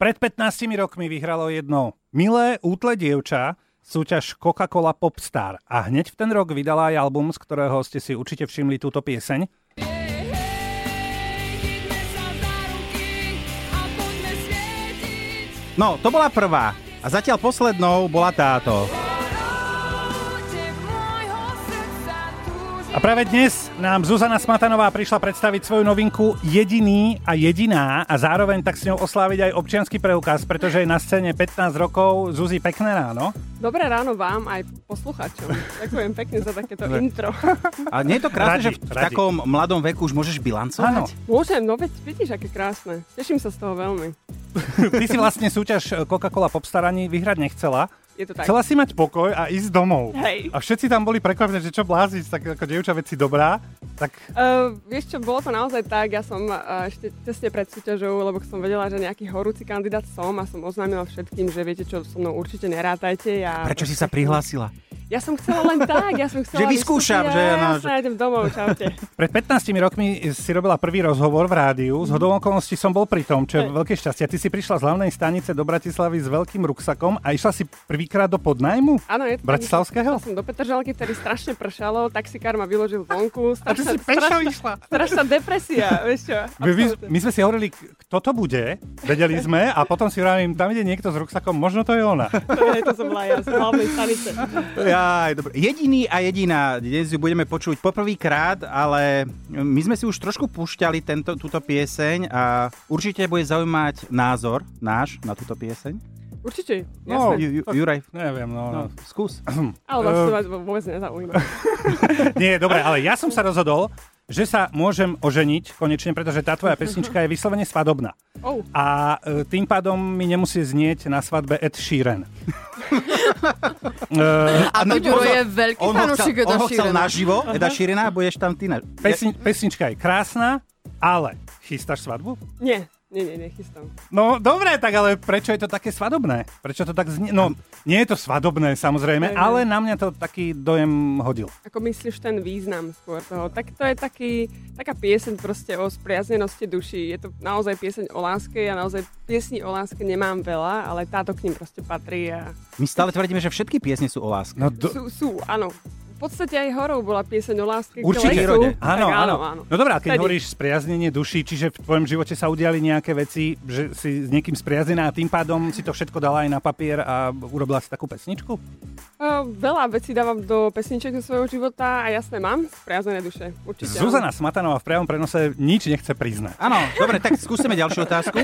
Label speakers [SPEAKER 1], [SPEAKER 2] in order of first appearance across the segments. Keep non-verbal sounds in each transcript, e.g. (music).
[SPEAKER 1] Pred 15 rokmi vyhralo jedno milé útle dievča súťaž Coca-Cola Popstar a hneď v ten rok vydala aj album, z ktorého ste si určite všimli túto pieseň.
[SPEAKER 2] No, to bola prvá. A zatiaľ poslednou bola táto.
[SPEAKER 1] A práve dnes nám Zuzana Smatanová prišla predstaviť svoju novinku Jediný a jediná a zároveň tak s ňou osláviť aj občianský preukaz, pretože je na scéne 15 rokov. Zuzi, pekné ráno.
[SPEAKER 3] Dobré ráno vám aj poslucháčom. Ďakujem pekne za takéto
[SPEAKER 2] Dobre.
[SPEAKER 3] intro.
[SPEAKER 2] A nie je to krásne,
[SPEAKER 1] Radi,
[SPEAKER 2] že v v
[SPEAKER 1] radi.
[SPEAKER 2] takom mladom veku už môžeš bilancovať?
[SPEAKER 3] Môžem, no veď vidíš, aké krásne. Teším sa z toho veľmi.
[SPEAKER 1] Ty si vlastne súťaž Coca-Cola Popstar ani vyhrať nechcela.
[SPEAKER 3] Je to tak.
[SPEAKER 1] Chcela si mať pokoj a ísť domov.
[SPEAKER 3] Hej.
[SPEAKER 1] A všetci tam boli prekvapení, že čo bláziť, tak ako dievča veci dobrá. Tak
[SPEAKER 3] Uh, vieš čo, bolo to naozaj tak, ja som uh, ešte tesne pred súťažou, lebo som vedela, že nejaký horúci kandidát som a som oznámila všetkým, že viete čo, so mnou určite nerátajte. Ja,
[SPEAKER 2] Prečo si sa prihlásila?
[SPEAKER 3] Ja som chcela len tak, ja som
[SPEAKER 2] (laughs)
[SPEAKER 3] chcela...
[SPEAKER 2] Že vyskúšam, že
[SPEAKER 3] ja,
[SPEAKER 2] áno,
[SPEAKER 3] ja sa idem domov, čaute.
[SPEAKER 1] pred 15 rokmi si robila prvý rozhovor v rádiu. Z hodou okolností som bol pri tom, čo je
[SPEAKER 3] Mhm. Hej.
[SPEAKER 1] veľké šťastie. Ty si prišla z hlavnej stanice do Bratislavy s veľkým ruksakom a išla si prvýkrát do podnajmu?
[SPEAKER 3] Áno, je to tak,
[SPEAKER 1] Bratislavského?
[SPEAKER 3] Ja som do Petržalky, vtedy strašne pršalo, taxikár ma vyložil vonku,
[SPEAKER 1] A ty
[SPEAKER 3] strašná,
[SPEAKER 1] si pešo
[SPEAKER 3] strašná,
[SPEAKER 1] išla.
[SPEAKER 3] strašná depresia, vieš čo.
[SPEAKER 1] My, my,
[SPEAKER 3] absolútne.
[SPEAKER 1] my sme si hovorili, k- kto to bude, vedeli sme a potom si hovorím, tam ide niekto s ruksakom, možno to je
[SPEAKER 3] (laughs)
[SPEAKER 1] ona.
[SPEAKER 3] to, to som bola ja z hlavnej stanice.
[SPEAKER 2] Jaj, dobre. Jediný a jediná. Dnes ju budeme počuť poprvýkrát, ale my sme si už trošku púšťali tento, túto pieseň a určite bude zaujímať názor náš na túto pieseň.
[SPEAKER 3] Určite,
[SPEAKER 1] No,
[SPEAKER 3] jasné.
[SPEAKER 2] Ju, Ju- Juraj,
[SPEAKER 1] Neviem,
[SPEAKER 2] no,
[SPEAKER 1] no. no.
[SPEAKER 2] skús.
[SPEAKER 3] Ale vás
[SPEAKER 1] eh.
[SPEAKER 3] to vás vôbec nezaujíma.
[SPEAKER 1] Nie, dobre, ale ja som sa rozhodol, že sa môžem oženiť konečne, pretože tá tvoja pesnička je vyslovene svadobná.
[SPEAKER 3] Oh,
[SPEAKER 1] A e, tým pádom mi nemusí znieť na svadbe Ed Sheeran. E,
[SPEAKER 4] A
[SPEAKER 2] no,
[SPEAKER 4] Ďuro
[SPEAKER 2] pozor,
[SPEAKER 4] je veľký
[SPEAKER 2] On ho chcel,
[SPEAKER 4] fanúšik Eda
[SPEAKER 2] on ho chcel
[SPEAKER 4] Sheerana.
[SPEAKER 2] naživo, Eda Širina, budeš tam ty na...
[SPEAKER 1] pesni, pesnička je krásna, ale chystáš svadbu?
[SPEAKER 3] nie, nie, nie, nechystám.
[SPEAKER 1] No dobre, tak ale prečo je to také svadobné? Prečo to tak znie? No, nie je to svadobné samozrejme,
[SPEAKER 3] Neviem.
[SPEAKER 1] ale na mňa to taký dojem hodil.
[SPEAKER 3] Ako myslíš ten význam skôr toho? Tak to je taký, taká pieseň proste o spriaznenosti duši. Je to naozaj pieseň o láske. Ja naozaj piesni o láske nemám veľa, ale táto k nim proste patrí. A
[SPEAKER 2] My stále tvrdíme, že všetky piesne sú o láske.
[SPEAKER 1] No, do,
[SPEAKER 3] sú, sú, áno. V podstate aj horou bola pieseň o láske. k
[SPEAKER 1] Určite.
[SPEAKER 3] lesu. (laughs)
[SPEAKER 2] Prírode.
[SPEAKER 3] Tak
[SPEAKER 1] Áno, áno, áno.
[SPEAKER 3] áno.
[SPEAKER 1] No dobrá, keď
[SPEAKER 3] Vtedy.
[SPEAKER 1] hovoríš spriaznenie duší, čiže v tvojom živote sa udiali nejaké veci, že si s niekým spriaznená a tým pádom si to všetko dala aj na papier a urobila si takú pesničku?
[SPEAKER 3] Uh, Veľa vecí dávam do pesniček zo svojho života a jasné, mám spriaznené duše. Určite. áno.
[SPEAKER 1] Zuzana Smatanová v priamom prenose nič nechce priznať.
[SPEAKER 2] Áno, dobre, tak skúsime ďalšiu otázku.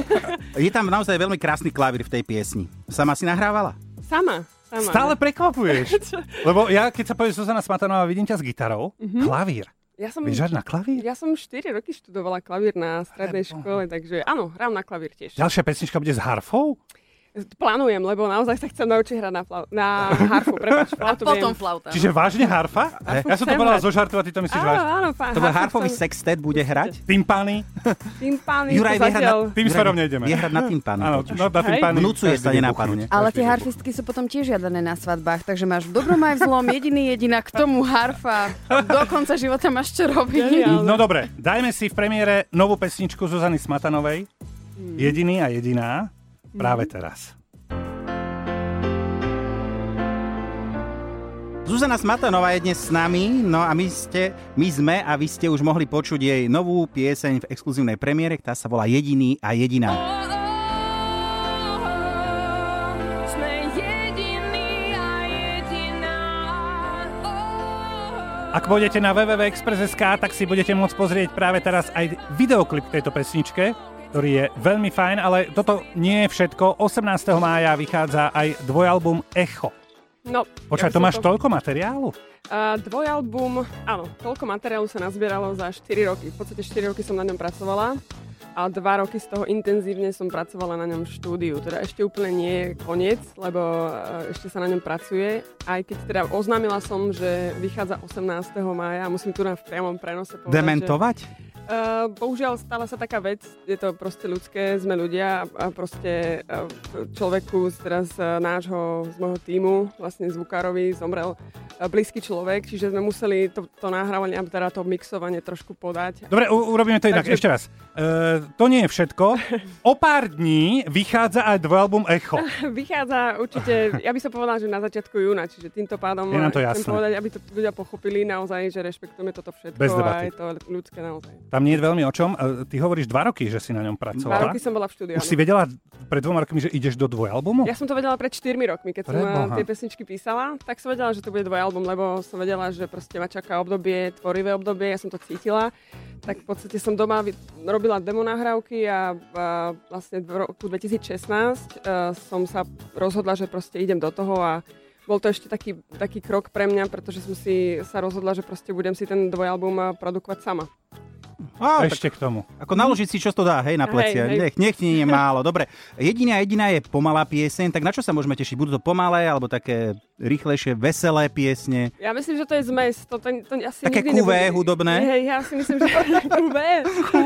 [SPEAKER 2] Je tam naozaj veľmi krásny klavír v tej piesni. Sama si nahrávala?
[SPEAKER 3] Sama. sama.
[SPEAKER 1] Stále
[SPEAKER 3] (laughs)
[SPEAKER 1] prekvapuješ. Lebo ja, keď sa povieš Zuzana Smatanová, vidím ťa s gitarou,
[SPEAKER 3] Mhm.
[SPEAKER 1] klavír.
[SPEAKER 3] Ja som,
[SPEAKER 1] Vieš hrať na klavír?
[SPEAKER 3] ja som 4 roky študovala klavír na strednej
[SPEAKER 1] Preboha.
[SPEAKER 3] škole, takže áno, hrám na klavír tiež.
[SPEAKER 1] Ďalšia pesnička bude s harfou?
[SPEAKER 3] Plánujem, lebo naozaj sa chcem naučiť hrať na, plau- na harfu. Prepač,
[SPEAKER 4] A
[SPEAKER 3] flautu
[SPEAKER 4] potom
[SPEAKER 3] viem.
[SPEAKER 4] flauta.
[SPEAKER 1] Čiže vážne harfa?
[SPEAKER 2] Harfu
[SPEAKER 1] Ja som to
[SPEAKER 3] chcem
[SPEAKER 1] povedal
[SPEAKER 3] hrať.
[SPEAKER 1] zo žartu a ty to myslíš
[SPEAKER 3] Áno,
[SPEAKER 1] vážne.
[SPEAKER 3] áno, pán.
[SPEAKER 2] To bude harfový sextet, bude hrať?
[SPEAKER 1] Timpany?
[SPEAKER 3] Timpány,
[SPEAKER 2] Juraj vie
[SPEAKER 3] to
[SPEAKER 2] hrať na,
[SPEAKER 3] zatiaľ...
[SPEAKER 1] Tým
[SPEAKER 2] Juraj
[SPEAKER 1] smerom nejdeme.
[SPEAKER 2] Vie hrať na timpáne.
[SPEAKER 1] Áno, no, na
[SPEAKER 3] Hej.
[SPEAKER 1] timpany.
[SPEAKER 2] Vnúcuje sa
[SPEAKER 1] každý
[SPEAKER 2] nenápadne.
[SPEAKER 1] buchnuť.
[SPEAKER 4] Ale tie harfistky sú potom tiež žiadané na svadbách, takže máš v dobrom aj v zlom jediný jediná, k tomu harfa. Do konca života máš čo robiť.
[SPEAKER 3] Geniálne.
[SPEAKER 1] No dobre, dajme si v premiére novú pesničku Zuzany Smatanovej.
[SPEAKER 3] Mm.
[SPEAKER 1] Jediný a jediná. Práve teraz.
[SPEAKER 2] Zuzana Smatanová je dnes s nami, no a my, ste, my sme a vy ste už mohli počuť jej novú pieseň v exkluzívnej premiére, ktorá sa volá Jediný a jediná.
[SPEAKER 1] Ak pôjdete na www.express.sk, tak si budete môcť pozrieť práve teraz aj videoklip k tejto pesničke, ktorý je veľmi fajn, ale toto nie je všetko. 18. mája vychádza aj dvojalbum Echo.
[SPEAKER 3] No,
[SPEAKER 1] Počkaj,
[SPEAKER 3] by
[SPEAKER 1] to
[SPEAKER 3] som
[SPEAKER 1] máš toľko materiálu?
[SPEAKER 3] A dvojalbum, áno, toľko materiálu sa nazbieralo za 4 roky. V podstate 4 roky som na ňom pracovala a 2 roky z toho intenzívne som pracovala na ňom v štúdiu. Teda ešte úplne nie je koniec, lebo e, ešte sa na ňom pracuje. Aj keď teda oznámila som, že vychádza 18. mája, musím tu na v priamom prenose povedať,
[SPEAKER 2] Dementovať?
[SPEAKER 3] Že, Uh, bohužiaľ stala sa taká vec, je to proste ľudské, sme ľudia a proste uh, človeku z teraz uh, nášho, z môjho týmu, vlastne zvukárovi, zomrel uh, blízky človek, čiže sme museli to, to nahrávanie, a teda to mixovanie trošku podať. (laughs)
[SPEAKER 1] Dobre, u- urobíme to inak,
[SPEAKER 3] Takže-
[SPEAKER 1] ešte raz. E, to nie je
[SPEAKER 3] (laughs)
[SPEAKER 1] všetko. O pár dní vychádza aj dvojalbum Echo.
[SPEAKER 3] Vychádza určite, ja by som povedala, že na začiatku júna, čiže týmto pádom eh,
[SPEAKER 1] Je nám to
[SPEAKER 3] chcem
[SPEAKER 1] jasné.
[SPEAKER 3] povedať, aby to ľudia pochopili naozaj, že rešpektujeme toto všetko
[SPEAKER 1] Bez
[SPEAKER 3] a
[SPEAKER 1] debaty.
[SPEAKER 3] je to ľudské naozaj.
[SPEAKER 1] Tam nie je veľmi o čom. E, ty hovoríš dva roky, že si na ňom
[SPEAKER 3] Dva
[SPEAKER 1] pracovala.
[SPEAKER 3] roky som bola v štúdiu.
[SPEAKER 1] Už
[SPEAKER 3] áno.
[SPEAKER 1] si vedela pred dvoma rokmi, že ideš do dvojalbumu?
[SPEAKER 3] Ja som to vedela pred 4 rokmi, keď som
[SPEAKER 1] Preboha.
[SPEAKER 3] Preboha. tie pesničky písala, tak som vedela, že to bude dvojalbum, lebo som vedela, že proste ma čaká obdobie, tvorivé obdobie, ja som to cítila. Tak v podstate som doma vy- robila demo nahrávky a, a vlastne v roku 2016 uh, som sa rozhodla, že proste idem do toho a bol to ešte taký, taký krok pre mňa, pretože som si sa rozhodla, že proste budem si ten dvojalbum eh, produkovať sama.
[SPEAKER 2] Á, tak
[SPEAKER 1] Ešte k tomu.
[SPEAKER 2] Ako naložiť si, čo to dá, hej, na
[SPEAKER 3] Hej,
[SPEAKER 2] plecia.
[SPEAKER 3] hej.
[SPEAKER 2] Nech, nech
[SPEAKER 3] (laughs)
[SPEAKER 2] nie je málo. Dobre, jediná, jediná je pomalá pieseň, tak na čo sa môžeme tešiť? Budú to pomalé, alebo také rýchlejšie, veselé piesne?
[SPEAKER 3] Ja myslím, že to je zmes. To, to, to asi
[SPEAKER 2] Také
[SPEAKER 3] nikdy
[SPEAKER 2] kuvé
[SPEAKER 3] nebude-
[SPEAKER 2] hudobné?
[SPEAKER 3] Hej, ja si myslím, že kuvé.
[SPEAKER 2] (laughs)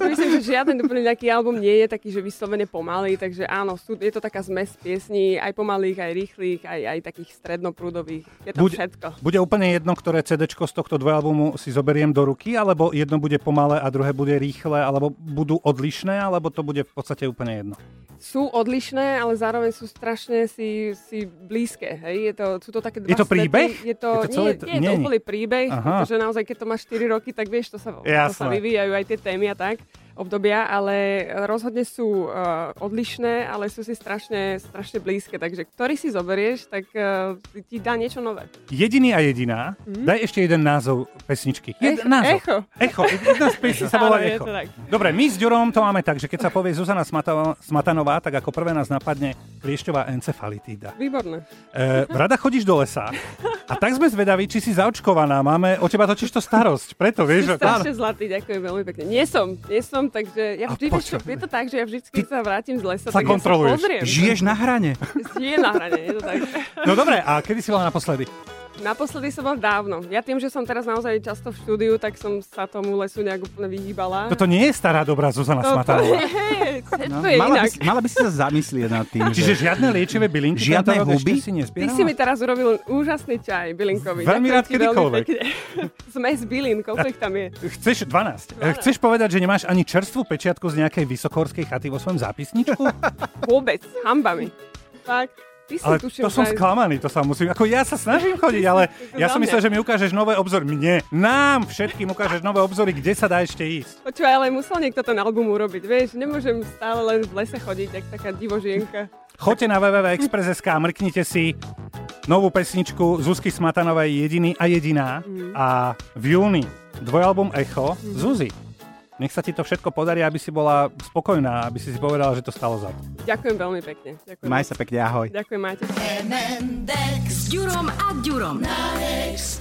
[SPEAKER 3] (laughs) myslím, že žiaden úplne nejaký album nie je taký, že vyslovene pomalý, takže áno, sú, je to taká zmes piesní, aj pomalých, aj rýchlych, aj, aj takých strednoprúdových. Je tam
[SPEAKER 1] Buď-
[SPEAKER 3] všetko.
[SPEAKER 1] Bude úplne jedno, ktoré CD z tohto dvojalbumu si zoberiem do ruky, alebo jedno bude pomalé a druhé bude rýchle, alebo budú odlišné, alebo to bude v podstate úplne jedno.
[SPEAKER 3] Sú odlišné, ale zároveň sú strašne si, si blízke. Hej? Je to, sú to také dva
[SPEAKER 1] Je to
[SPEAKER 3] svety.
[SPEAKER 1] príbeh?
[SPEAKER 3] Je to,
[SPEAKER 1] Je to celé-
[SPEAKER 3] nie, nie, je to
[SPEAKER 1] nie, nie.
[SPEAKER 3] úplný príbeh,
[SPEAKER 1] Aha.
[SPEAKER 3] pretože naozaj, keď to máš 4 roky, tak vieš, to sa, to sa
[SPEAKER 1] Jasné.
[SPEAKER 3] vyvíjajú aj tie témy a tak obdobia, ale rozhodne sú uh, odlišné, ale sú si strašne, strašne blízke, takže ktorý si zoberieš, tak uh, ti dá niečo nové.
[SPEAKER 1] Jediný a jediná. Daj ešte jeden názov pesničky. Jed, názov.
[SPEAKER 3] Mhm. Echo.
[SPEAKER 1] Echo. Jedna z pesní
[SPEAKER 3] (laughs)
[SPEAKER 1] sa volá
[SPEAKER 3] Áno, je
[SPEAKER 1] Echo.
[SPEAKER 3] to tak.
[SPEAKER 1] Dobre, my s Ďurom to máme tak, že keď sa povie Zuzana Smata- Smatanová, tak ako prvé nás napadne kliešťová encefalitída.
[SPEAKER 3] Výborné.
[SPEAKER 1] E, rada chodíš do lesa a tak sme zvedaví, či si zaočkovaná. Máme o teba totiž to starosť, preto vieš, že...
[SPEAKER 3] Strašne zlatý, ďakujem veľmi pekne. Nie som, nie som, takže ja
[SPEAKER 1] A
[SPEAKER 3] vždy, vieš čo,
[SPEAKER 1] počkaj.
[SPEAKER 3] je to tak, že ja vždy, keď sa vrátim z lesa,
[SPEAKER 1] Sa
[SPEAKER 3] tak ja sa
[SPEAKER 1] kontroluješ.
[SPEAKER 3] pozriem.
[SPEAKER 2] Žiješ na
[SPEAKER 3] (laughs)
[SPEAKER 2] hrane.
[SPEAKER 3] Je na hrane, je to tak.
[SPEAKER 1] (laughs) No dobre, a kedy si bola naposledy?
[SPEAKER 3] Naposledy som bol dávno. Ja tým, že som teraz naozaj často v štúdiu, tak som sa tomu lesu nejak úplne vyhýbala.
[SPEAKER 1] Toto No, nie je stará dobrá Zuzana Smatanová.
[SPEAKER 3] Hej, to je (laughs)
[SPEAKER 2] No, mala, by,
[SPEAKER 3] inak.
[SPEAKER 2] si- mala by si sa zamyslieť nad tým,
[SPEAKER 1] Čiže
[SPEAKER 2] že...
[SPEAKER 1] žiadne liečivé bylinky
[SPEAKER 2] Žiadne
[SPEAKER 1] tento rok ešte
[SPEAKER 2] huby?
[SPEAKER 1] si
[SPEAKER 3] Ty si mi
[SPEAKER 1] nezbierala?
[SPEAKER 3] teraz urobil úžasný čaj bylinkový.
[SPEAKER 1] no. Veľmi
[SPEAKER 3] Ďakujem
[SPEAKER 1] rád
[SPEAKER 3] ti veľmi
[SPEAKER 1] kedykoľvek.
[SPEAKER 3] pekne. (laughs) Zmes bylín, koľko ich tam je.
[SPEAKER 1] Chceš 12. E, Chceš povedať, že nemáš ani čerstvú pečiatku z nejakej vysokohorskej chaty vo svojom
[SPEAKER 3] (laughs)
[SPEAKER 1] zápisničku?
[SPEAKER 3] Vôbec, hambami. Fakt. Ty si
[SPEAKER 1] Ale
[SPEAKER 3] tušil,
[SPEAKER 1] to som
[SPEAKER 3] že-
[SPEAKER 1] sklamaný, to sa musím... Ako ja sa snažím chodiť, ale ja som
[SPEAKER 3] za mňa.
[SPEAKER 1] myslel, že mi ukážeš nové obzory. Mne, nám všetkým ukážeš nové obzory, kde sa dá ešte ísť.
[SPEAKER 3] Počúvaj, ale musel niekto ten album urobiť, vieš, nemôžem stále len v lese chodiť, jak taká divožienka.
[SPEAKER 1] Choďte na www.express.sk a mrknite si novú pesničku Zuzky Smatanovej Jediný a jediná a v júni dvojalbum Echo Zuzi. Nech sa ti to všetko podarí, aby si bola spokojná, aby si si povedala, že to stalo za to.
[SPEAKER 3] Ďakujem veľmi pekne. Ďakujem.
[SPEAKER 2] Maj sa pekne, ahoj.
[SPEAKER 3] Ďakujem, máte.
[SPEAKER 5] M&X.
[SPEAKER 6] S Ďurom a Ďurom.
[SPEAKER 5] Na X.